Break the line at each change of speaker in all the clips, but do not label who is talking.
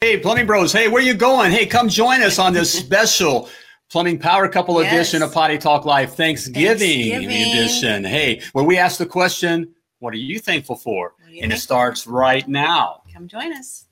Hey, plumbing bros. Hey, where you going? Hey, come join us on this special plumbing power couple
Yes.
edition of Potty Talk Live Thanksgiving,
Thanksgiving.
edition. Hey, where we ask the question, what are you thankful for?
What are you
and it
thankful
starts right now.
Come join us.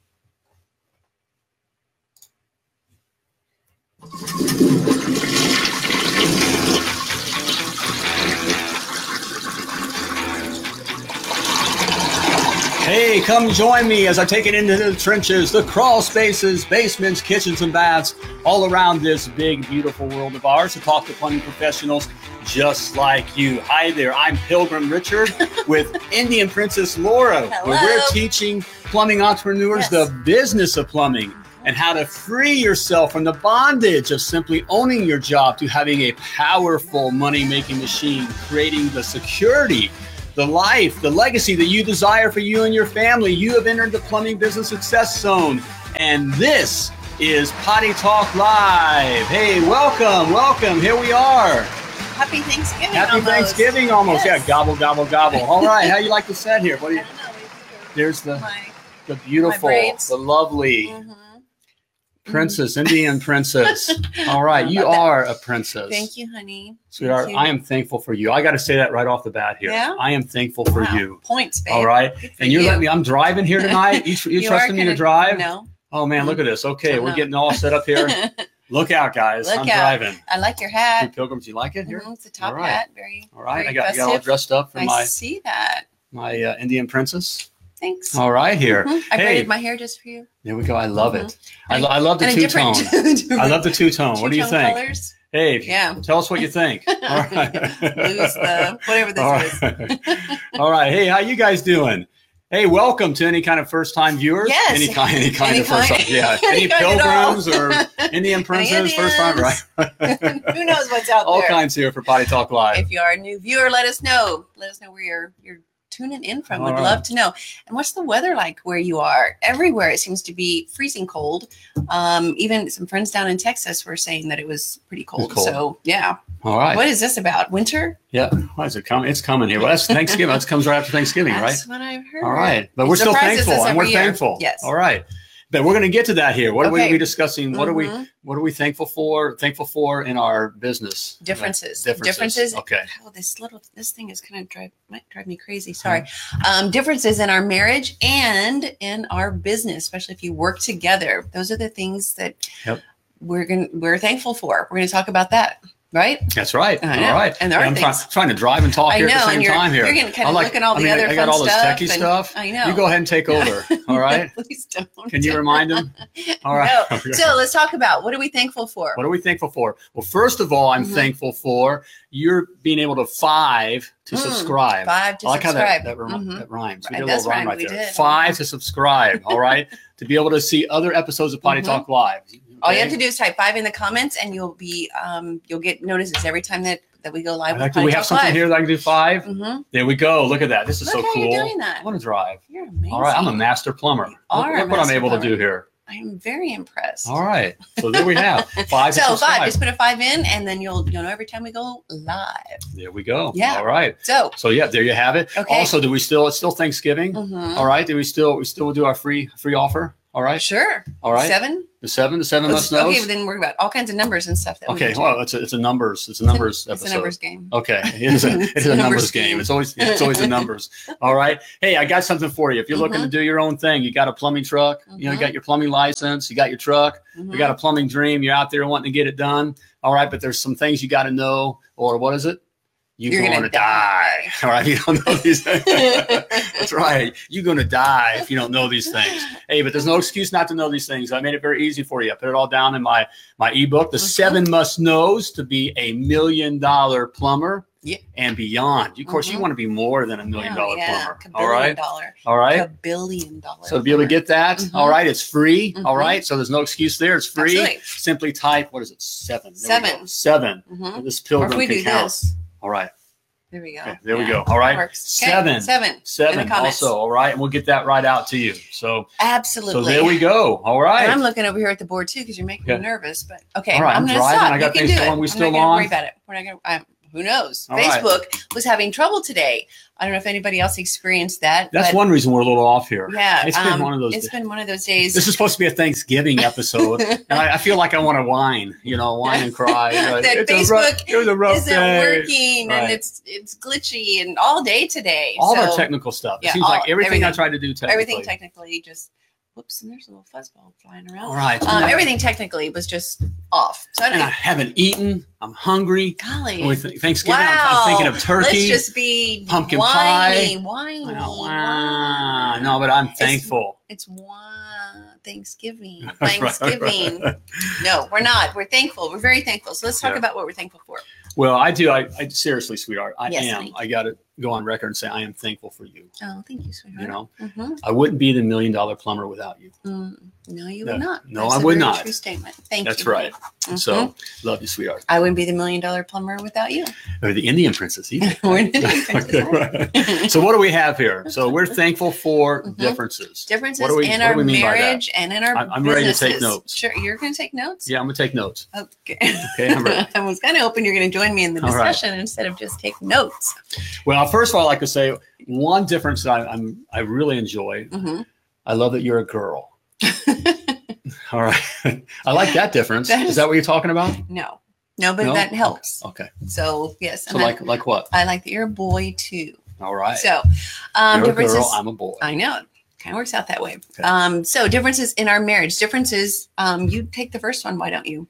Hey, come join me as I take it into the trenches, the crawl spaces, basements, kitchens, and baths all around this big, beautiful world of ours to talk to plumbing professionals just like you. Hi there, I'm Pilgrim Richard with Indian Princess Laura, where
Hello.
we're teaching plumbing entrepreneurs
Yes.
the business of plumbing and how to free yourself from the bondage of simply owning your job to having a powerful money making machine, creating the security, the life, the legacy that you desire for you and your family. You have entered the plumbing business success zone. And this is Potty Talk Live. Hey, welcome, welcome. Here we are.
Happy Thanksgiving.
Happy
almost.
Thanksgiving almost.
Yes.
Yeah, gobble, gobble, gobble. All right, how you like the set here? What do
I
you,
don't know. we-
there's the,
my-
the beautiful,
braids.
the lovely,
mhm.
Princess, Indian princess. All right,
How
you
about that?
are a princess.
Thank you, honey.
Sweetheart,
Thank you.
I am thankful for you. I got to say that right off the bat here.
Yeah?
I am thankful for
Wow.
you.
Points, babe.
All right.
Good for
And you're
you.
letting me, I'm driving here tonight. You, tr- you
You are
trusting me to
gonna-
drive?
No.
Oh, man, look at this. Okay,
Don't
we're
know.
getting all set up here. Look out, guys.
Look
I'm
out. Uh,
driving.
I like your
Hey,
hat.
Pilgrim, do you like it here?
Mhm, It's a top
All right.
hat. Very.
All right.
very
I got, I got all
festive.
dressed up for
I see that.
my, my uh, Indian princess.
Thanks.
All right, here.
Mhm. I
Hey.
braided my hair just for you.
There we go. I love it. I,
And-
lo- I love the
and
two
a
tone.
different.
I love the two tone. What do you
two-tone
think?
Colors.
Hey,
Yeah.
Tell us what you think. All right.
Lose the whatever this
All
is.
right. All right. Hey, how you guys doing? Hey, welcome to any kind of first time viewers.
Yes.
Any kind, any kind
Any
of first time.
kind.
Yeah.
Any
any
kind at all.
pilgrims or Indian princes, first time, right?
Indians. Who knows what's out
All
there?
kinds here for Potty Talk Live.
If you are a new viewer, let us know. Let us know where you're you're tuning in from.
All
We'd
right.
love to know. And what's the weather like where you are? Everywhere it seems to be freezing cold. Um, even some friends down in Texas were saying that it was pretty cold.
cold.
So yeah,
All right.
what is this about? Winter?
Yeah. Why is it coming? It's coming here. Well, that's Thanksgiving. that comes right after Thanksgiving, right?
That's what I've heard.
All right. But we're still
surprises us
thankful and
every
we're
year.
thankful.
Yes.
All right. But we're going to get to that here. What are
Okay.
we discussing? What are we
Mhm.
what are we thankful for? Thankful for in our business? Uh,
differences?
Differences. Okay.
Oh, this little this thing is kind of drive might drive me crazy. Sorry.
Uh-huh.
Um, differences in our marriage and in our business, especially if you work together. Those are the things that
Yep.
we're gonna we're thankful for. We're gonna talk about that, right?
That's right.
I
All
know.
right.
And there
Yeah,
are
I'm try-
things-
trying to drive and talk
I
Oh, here
know,
at the same
and you're,
time here.
you're getting kind
I
of
like-
looking all
I
the
mean, I-
other
I got
fun
all this
stuff
techie
and-
stuff.
I know.
You go ahead and take over. All right.
Please don't.
Can you remind them? All right.
No. So let's talk about what are we thankful for?
What are we thankful for? Well, first of all, I'm
Mhm.
thankful for you're being able to five to
Mm,
subscribe.
Five to
I like how
subscribe.
that, that, rhyme-
Mhm.
that rhymes. We
Right,
did a
that's
little rhyme
right,
right
we
there.
did.
Five to subscribe. All right. to be able to see other episodes of Potty
Mhm.
Talk Live.
All you have
Okay?
to do is type five in the comments, and you'll be um, you'll get notices every time that that we go
I
live.
like that we have something here that I can do five.
Mm-hmm.
There we go. Look at that. This is so
Look how
cool.
you're doing
I
that.
want to drive.
You're amazing.
All right. I'm a master plumber.
You are
look
a
look what I'm
master
able to
plumber.
do here.
I am very impressed.
All right. So there we have five. to
So
subscribe.
five, just put a five in, and then you'll you'll know every time we go live.
There we go.
Yeah.
All right.
So
So yeah, there you have it.
Okay.
Also, do we still? It's still Thanksgiving.
mhm.
All right. Do we still? We still do our free free offer. All right.
sure.
All right.
Seven.
The seven. The seven must knows.
okay, but then worry about all kinds of numbers and stuff. That
okay.
We can do.
Well, it's a, it's a numbers. It's a numbers
it's
episode.
a numbers game.
Okay, it is a, it is
It's a
a
numbers
numbers game.
game.
It's always it's always the numbers. All right. Hey, I got something for you. If you're looking
Mhm.
to do your own thing, you got a plumbing truck. You know, you
Mhm.
got your plumbing license. You got your truck.
Mhm.
You got a plumbing dream. You're out there wanting to get it done. All right, but there's some things you got to know, or what is it? You
You're
going
gonna
to die. All right, you don't know these things.
Mm-hmm.
That's right. You're going to die if you don't know these things. Hey, but there's no excuse not to know these things. I made it very easy for you. I put it all down in my my ebook, The
Mhm.
Seven Must Knows to Be a Million Dollar Plumber
Yeah.
and Beyond. Of course, you
Mhm.
want to be more than a million
Oh,
dollar
yeah,
plumber.
Cabillion
All right.
dollar.
All right.
A billion dollars.
So to be able to get that,
Mhm.
all right, it's free. all
Mhm.
right, so there's no excuse there. It's free.
Absolutely.
Simply type what is it? Seven. There we go.
Seven.
Seven.
Mhm.
This
Or
pilgrim
if we
can
do
count.
this,
All right.
there we go.
Okay, there we
Yeah.
go. All right.
Works. Okay,
Seven.
Seven.
Seven.
comments.
Also. All right, and we'll get that right out to you. So
Absolutely.
so there we go. All
And I'm
right.
looking over here at the board too because you're making
Okay.
me nervous. But okay,
All right,
I'm
I'm
going to
driving.
stop.
I got
you can
things
do it.
going. We
I'm
still
not gonna
on?
Worry about it. We're not going to. who knows?
All right.
Facebook was having trouble today. I don't know if anybody else experienced that.
That's
but
one reason we're a little off here.
Yeah,
It's been
um,
one of those
It's
days.
been one of those days.
This is supposed to be a Thanksgiving episode, and I, I feel like I want to whine, you know, whine and cry. Like,
That
"It's a rough-
Facebook
it was a rough
isn't
day."
working
Right.
and it's it's glitchy and all day today.
All of
so
our technical stuff. It
Yeah,
seems
all-
like everything, I
everything.
tried to do technically.
everything technically just whoops and there's a little fuzzball flying around.
All right.
Um, everything technically was just off. So I
And I
don't,
haven't eaten. I'm hungry.
golly,
With Thanksgiving, I'm, I'm
Wow.
thinking of
let's
turkey.
just be
pumpkin
whiny,
pie.
whiny,
You know,
whiny.
wow. No, but I'm thankful.
It's wow, Thanksgiving.
Right, right.
Thanksgiving. No, we're not. We're thankful. We're very thankful. So let's talk
Yeah.
about what we're thankful for.
Well, I do. I, I seriously, sweetheart, I
Yes,
am.
thank
I got to go on record and say I am thankful for you.
Oh, thank you, sweetheart.
You know,
hmm
I wouldn't be the million dollar plumber without you.
Mm, no, you
No.
would not.
No,
That's
I
a
would
very
not.
True statement. Thank
That's
you.
right.
Mhm.
So love you, sweetheart.
I wouldn't be the million dollar plumber without you.
Or the Indian princess either.
We're not doing
Okay,
differences.
right. So what do we have here? So we're thankful for
Mhm.
differences.
Differences
What do we-
in
what do
our
we mean by that?
marriage and in our
I'm- I'm ready to take
businesses.
notes.
Sure, you're going to take notes.
Yeah, I'm gonna take notes.
Okay.
Okay, I'm ready.
I was kind of hoping you're going to join me in the
All right.
discussion instead of just take notes.
Well, first of all, I'd like to say one difference that I, I'm I really enjoy.
Mhm.
I love that you're a girl. all right, I like that difference.
That
Is that what you're talking about?
No, no, but
No?
that helps.
Okay.
So yes,
So
and I-
like like what?
I like that you're a boy too.
All right.
Uh-huh. So um,
you're a
differences.
girl. I'm a boy.
I know. Kind of works out that way.
Okay.
Um, so differences in our marriage. Differences. Um, you take the first one. Why don't you?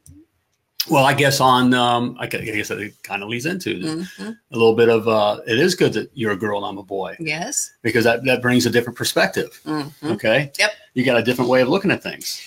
Well, I guess on um, I gu- I guess it kind of leads into
Mhm.
a little bit of uh, it is good that you're a girl and I'm a boy
Yes.
because that that brings a different perspective.
Mhm.
Okay.
Yep.
You got a different way of looking at things.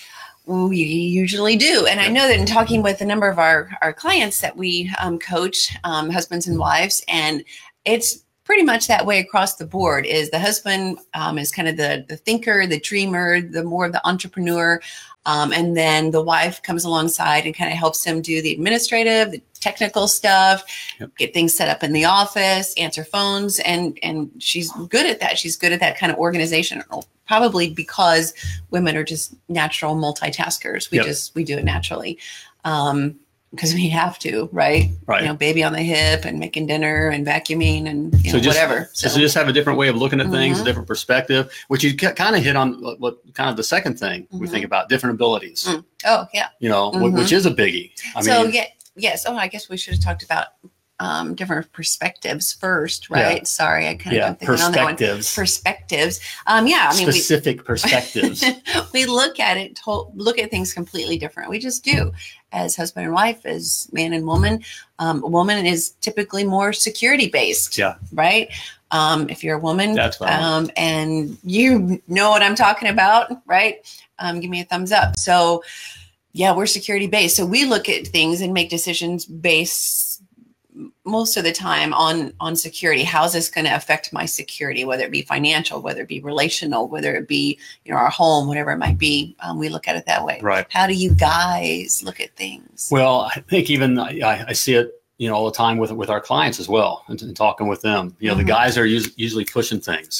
We usually do. And I know that in talking with a number of our, our clients that we um, coach, um, husbands and wives, and it's pretty much that way across the board is the husband um, is kind of the, the thinker, the dreamer, the more of the entrepreneur. Um, and then the wife comes alongside and kind of helps him do the administrative, the technical stuff,
Yep.
get things set up in the office, answer phones. And, and she's good at that. She's good at that kind of organization, probably because women are just natural multitaskers. We
Yep.
just we do it naturally um, because we have to, right?
Right.
You know, baby on the hip and making dinner and vacuuming and you know
just,
whatever.
So. just have a different way of looking at things, a
Mhm.
different perspective, which you kind of hit on what, what kind of the second thing we
Mhm.
think about different abilities,
Mm. oh yeah.
you know, wh-
Mhm.
which is a biggie. I
so
mean,
yeah, yes. Oh, I guess we should have talked about um, different perspectives first, right? Sorry, I kind of
yeah,
jumped the gun on that one.
perspectives,
Perspectives. Um, yeah, I mean, we,
specific perspectives.
we look at it to- look at things completely different we just do as husband and wife as man and woman um, a woman is typically more security based
Yeah.
right um, if you're a woman
That's what I
um, and you know what i'm talking about right um, give me a thumbs up so yeah we're security based so we look at things and make decisions based m- most of the time on on security how's this going to affect my security whether it be financial whether it be relational whether it be you know our home whatever it might be um, we look at it that way
Right.
how do you guys look at things
Well, I think even I, I- I see it, you know, all the time with with our clients as well, and, and talking with them. You know,
Mhm.
the guys are us- usually pushing things.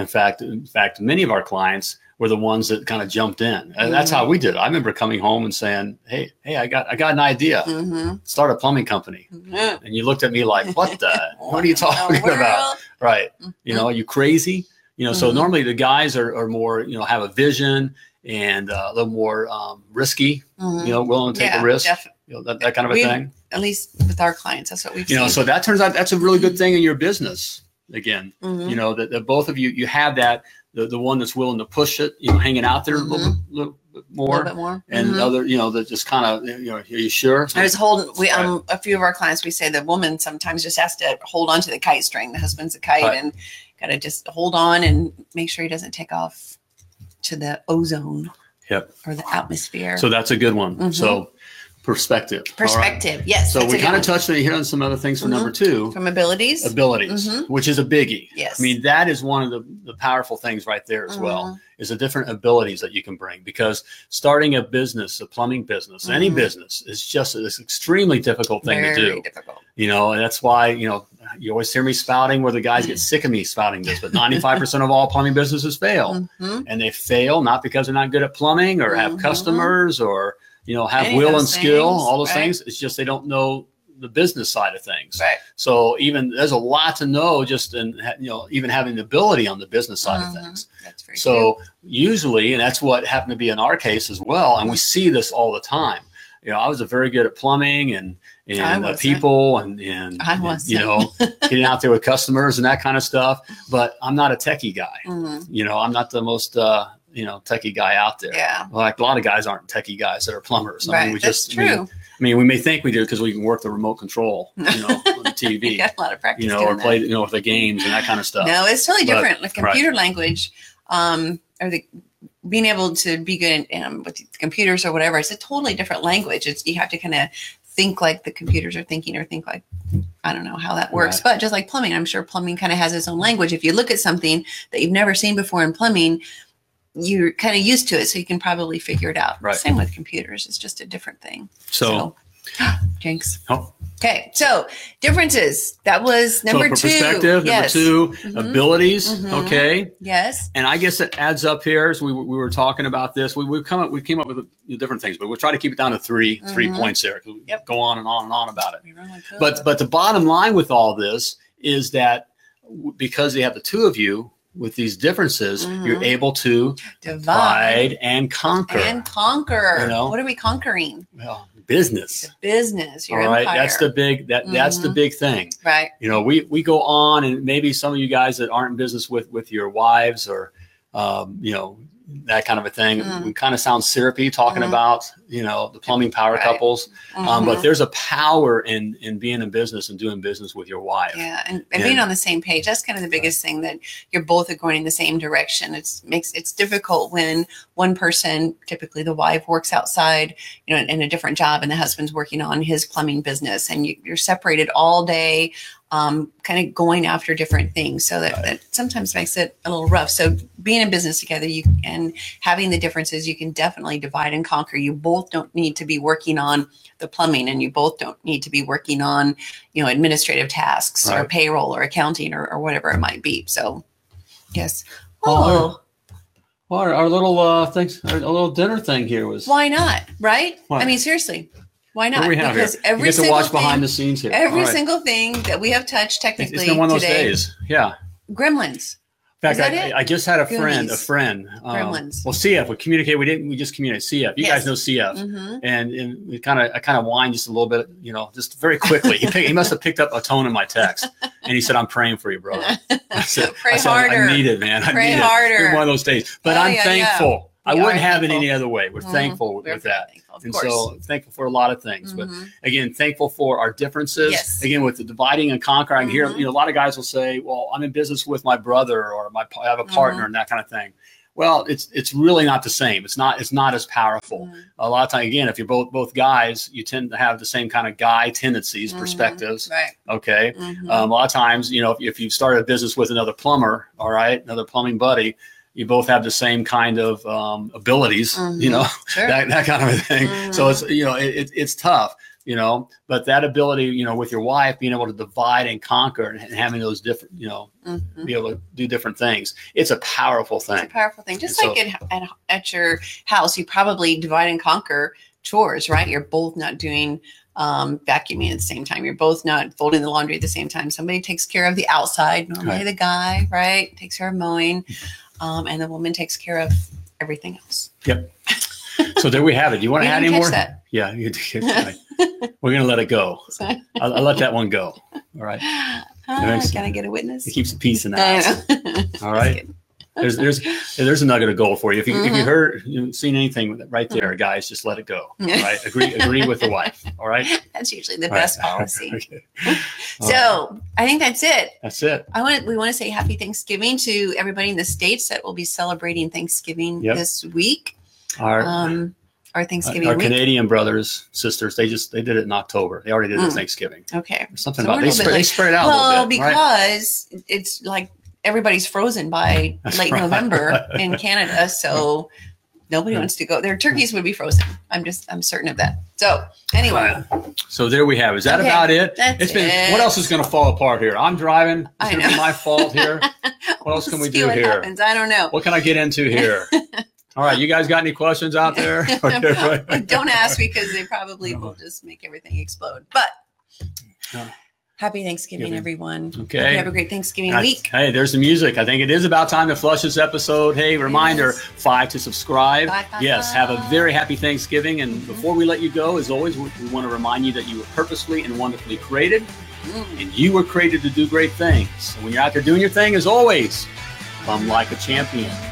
In fact, in fact, many of our clients were the ones that kind of jumped in, and that's
Mhm.
how we did. it. I remember coming home and saying, "Hey, hey, I got I got an idea.
mm-hmm.
Start a plumbing company." And you looked at me like, "What the? what are you talking about?" Right? You know, are you crazy? You know, so
Mhm.
normally the guys are, are more, you know, have a vision and uh, a little more um, risky. You know, willing to take the risk. You know, that, that kind of a
We-
thing.
Mm-hmm. at least with our clients that's what we've
you know
seen
so that turns out that's a really good thing in your business again
Mhm.
you know that, that both of you you have that the, the one that's willing to push it you know hanging out there a little, little bit
a
more
Mm-hmm. little bit more
and
Mhm.
the other you know that just kind of you know are you sure
I was holding. We um a few of our clients we say the woman sometimes just has to hold on to the kite string. The husband's a kite
Right.
and got to just hold on and make sure he doesn't take off to the ozone.
Yep.
Or the atmosphere.
so that's a good one
Mhm.
so perspective All right.
Perspective. Yes.
so
that's
we
a good
kind of
one.
touched on hit on some other things for
Mhm.
number two
from abilities.
abilities
Mhm.
which is a biggie
yes.
i mean that is one of the, the powerful things right there as well
Mhm.
is the different abilities that you can bring because starting a business a plumbing business any
Mhm.
business is just this extremely difficult thing
Very
to do
difficult.
you know and that's why you know you always hear me spouting where the guys get sick of me spouting this but 95% of all plumbing businesses fail
Mhm.
and they fail not because they're not good at plumbing or have
Mhm.
customers or you know have
Any of
will
those
and skill
things,
all those
right.
things it's just they don't know the business side of things.
Right.
So even there's a lot to know just in you know even having the ability on the business side
Mhm.
of things.
That's very true.
So usually, and that's what happened to be in our case as well. And we see this all the time. You know, I was very good at plumbing and
I
and uh,
wasn't.
people and and,
I
and,
wasn't.
you know getting out there with customers and that kind of stuff. But I'm not a techie guy.
Mhm.
You know, I'm not the most uh, you know techie guy out there.
Yeah.
Like a lot of guys aren't techie guys that are plumbers. I
right.
mean, we
That's
just I
true.
mean, I mean, we may think we do because we can work the remote control, you know, on the
you
TV,
got a lot of practice.
you know, or
doing
play, you know, with the games and that kind of
that.
stuff.
No, it's totally
But-
different. Like computer language, um, or the being able to be good um, with computers or whatever. It's a totally different language. It's you have to kind of think like the computers are thinking, or think like I don't know how that works.
Right.
But just like plumbing, I'm sure plumbing kind of has its own language. If you look at something that you've never seen before in plumbing. You're kind of used to it, so you can probably figure it out.
Right.
Same with computers; it's just a different thing.
So,
Jinx.
Oh.
Okay, so differences. That was
so
number
for
two.
perspective,
yes.
number 2
Mhm.
abilities.
Mhm.
Okay.
Yes.
And I guess it adds up here as we, we were talking about this. We, we've come up, we came up with uh, different things, but we'll try to keep it down to 3 three
Mhm.
points there. 'cause we
Yep.
Go on and on and on about it.
We really could.
But but the bottom line with all this is that w- because they have the two of you with these differences, you're
Mhm.
able to
divide
divide and conquer.
and conquer.
You know?
What are we conquering?
well, business.
The business. Your
all right,
empire.
that's the big that that's the
Mhm.
big thing.
right.
You know, we we go on, and maybe some of you guys that aren't in business with with your wives or, um, you know, that kind of a thing.
Mm.
We kind of sound syrupy talking
Mhm.
about you know the plumbing power
Right.
couples, um, but
Mhm.
there's a power in in being in business and doing business with your wife.
yeah, and, and being
and-
on the same page, that's kind of the biggest thing that you're both are going in the same direction. It's makes it's difficult when one person, typically the wife, works outside, you know, in a different job and the husband's working on his plumbing business and you, you're separated all day, um, kind of going after different things. So that, that sometimes makes it a little rough. So being in business together you and having the differences, you can definitely divide and conquer. You both don't need to be working on the plumbing and you both don't need to be working on, you know, administrative tasks or
Right.
payroll or accounting or, or whatever it might be. So yes.
Oh,
Oh,
Well, our, our little uh things, our, little dinner thing here was.
why not? Right?
Why?
I mean, seriously, why
What
not?
do we have here?
because every
you get to
single
watch
thing,
behind the scenes here.
every
All right.
single thing that we have
It's-
touched technically
It's been one of those
today,
days. Yeah.
Gremlins.
In fact,
Is that
I,
it?
I just had a friend, a
Goonies.
friend. Um,
Gremlins.
Well, CF. We communicate. We didn't. We just communicate. CF. You
Yes.
guys know CF.
Mm-hmm.
And, and we kind of, I kind of whined just a little bit, you know, just very quickly. He, picked, he must have picked up a tone in my text, and he said, "I'm praying for you, brother." I said,
Pray
I said,
harder.
I need it, man. I
Pray
need it. It's been
harder.
one of those days. But
Oh,
I'm
yeah, yeah.
thankful. I
We
wouldn't
are
have it
thankful.
any other way. We're
Mhm.
thankful
We're
with that.
thankful, of
And
course.
so thankful for a lot of things. But
Mhm.
again, thankful for our differences.
Yes.
Again, with the dividing and conquering, here
Mhm.
you know a lot of guys will say, "Well, I'm in business with my brother or my I have a partner
Mm-hmm.
and that kind of thing." Well, it's it's really not the same. It's not it's not as powerful.
Mhm.
A lot of time, again, if you're both both guys, you tend to have the same kind of guy tendencies,
Mhm.
perspectives.
Right.
Okay,
Mhm.
um, a lot of times, you know, if, if you've started a business with another plumber, all right, another plumbing buddy, you both have the same kind of um, abilities, you
Mhm.
know,
Sure. Mm.
that, that kind of a thing. So it's, you know, it, it, it's tough, you know, but that ability, you know, with your wife being able to divide and conquer and, and having those different, you know,
Mhm.
be able to do different things, it's a powerful
It's a
thing.
powerful thing. Just
And
like at, at, at your house, you probably divide and conquer chores, right? You're both not doing um, vacuuming at the same time. You're both not folding the laundry at the same time. Somebody takes care of the outside, normally
Right.
the guy, right? Takes care of mowing, um, and the woman takes care of everything else.
So there we have it. Do you want to
We
add
didn't
any more?
catch that.
Yeah, you did. Right. we're going to let it go.
So,
I, I let that one go. All right.
ah,
Thanks.
can I get a witness?
It keeps the peace in the
I
house.
know.
All right.
Just kidding.
there's there's there's a nugget of gold for you. If you if you
Mhm.
heard you seen anything with it right there, guys, just let it go. All right, agree agree with the wife. All right,
That's usually the
All right.
best policy.
Okay. All right.
So I think that's it.
that's it.
I want to, we want to say happy Thanksgiving to everybody in the states that will be celebrating Thanksgiving
Yep.
this week.
Our
Um, our Thanksgiving
our
week.
Canadian brothers sisters, they just they did it in October. They already did it
Mm.
Thanksgiving.
okay.
There's something
So we're
about
a
they
little bit
spread, they spread
late.
it out a
Well,
little bit. right?
because it's like everybody's frozen by
That's
late
right.
November in Canada, so nobody
Yeah.
wants to go. Their turkeys would be frozen. I'm just I'm certain of that. So anyway,
So there we have. it. Is that
Okay.
about it?
that's
It's been.
it.
What else is going to fall apart here? I'm driving. It's
I
going to be
know.
my fault here. What else can we
see
do
what
here?
Happens. I don't know.
What can I get into here? All right, you guys got any questions out there? Okay, right.
Don't ask because they probably will just make everything explode. But
Yeah.
Happy Thanksgiving,
Giving.
everyone.
Okay.
Hope you Have a great Thanksgiving
I-
week.
Hey, there's the music. I think it is about time to flush this episode. Hey, reminder
Yes.
five to subscribe.
Five, five,
yes, have a
five.
very happy Thanksgiving. And
Mhm.
before we let you go, as always, we, we want to remind you that you were purposely and wonderfully created,
Mm.
and you were created to do great things. And when you're out there doing your thing, as always, come like a champion.